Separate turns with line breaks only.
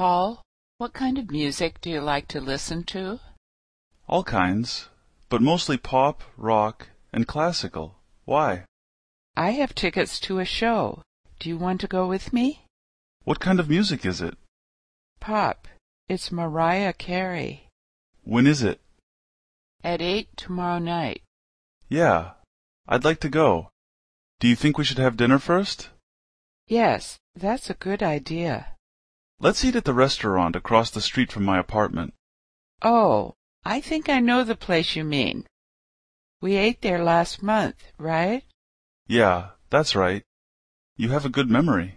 Paul, what kind of music do you like to listen to?
All kinds, but mostly pop, rock, and classical. Why?
I have tickets to a show. Do you want to go with me?
What kind of music is it?
Pop, it's Mariah Carey.
When is it?
At 8 tomorrow night.
Yeah, I'd like to go. Do you think we should have dinner first?
Yes, that's a good idea.
Let's eat at the restaurant across the street from my apartment.
Oh, I think I know the place you mean. We ate there last month, right?
Yeah, that's right. You have a good memory.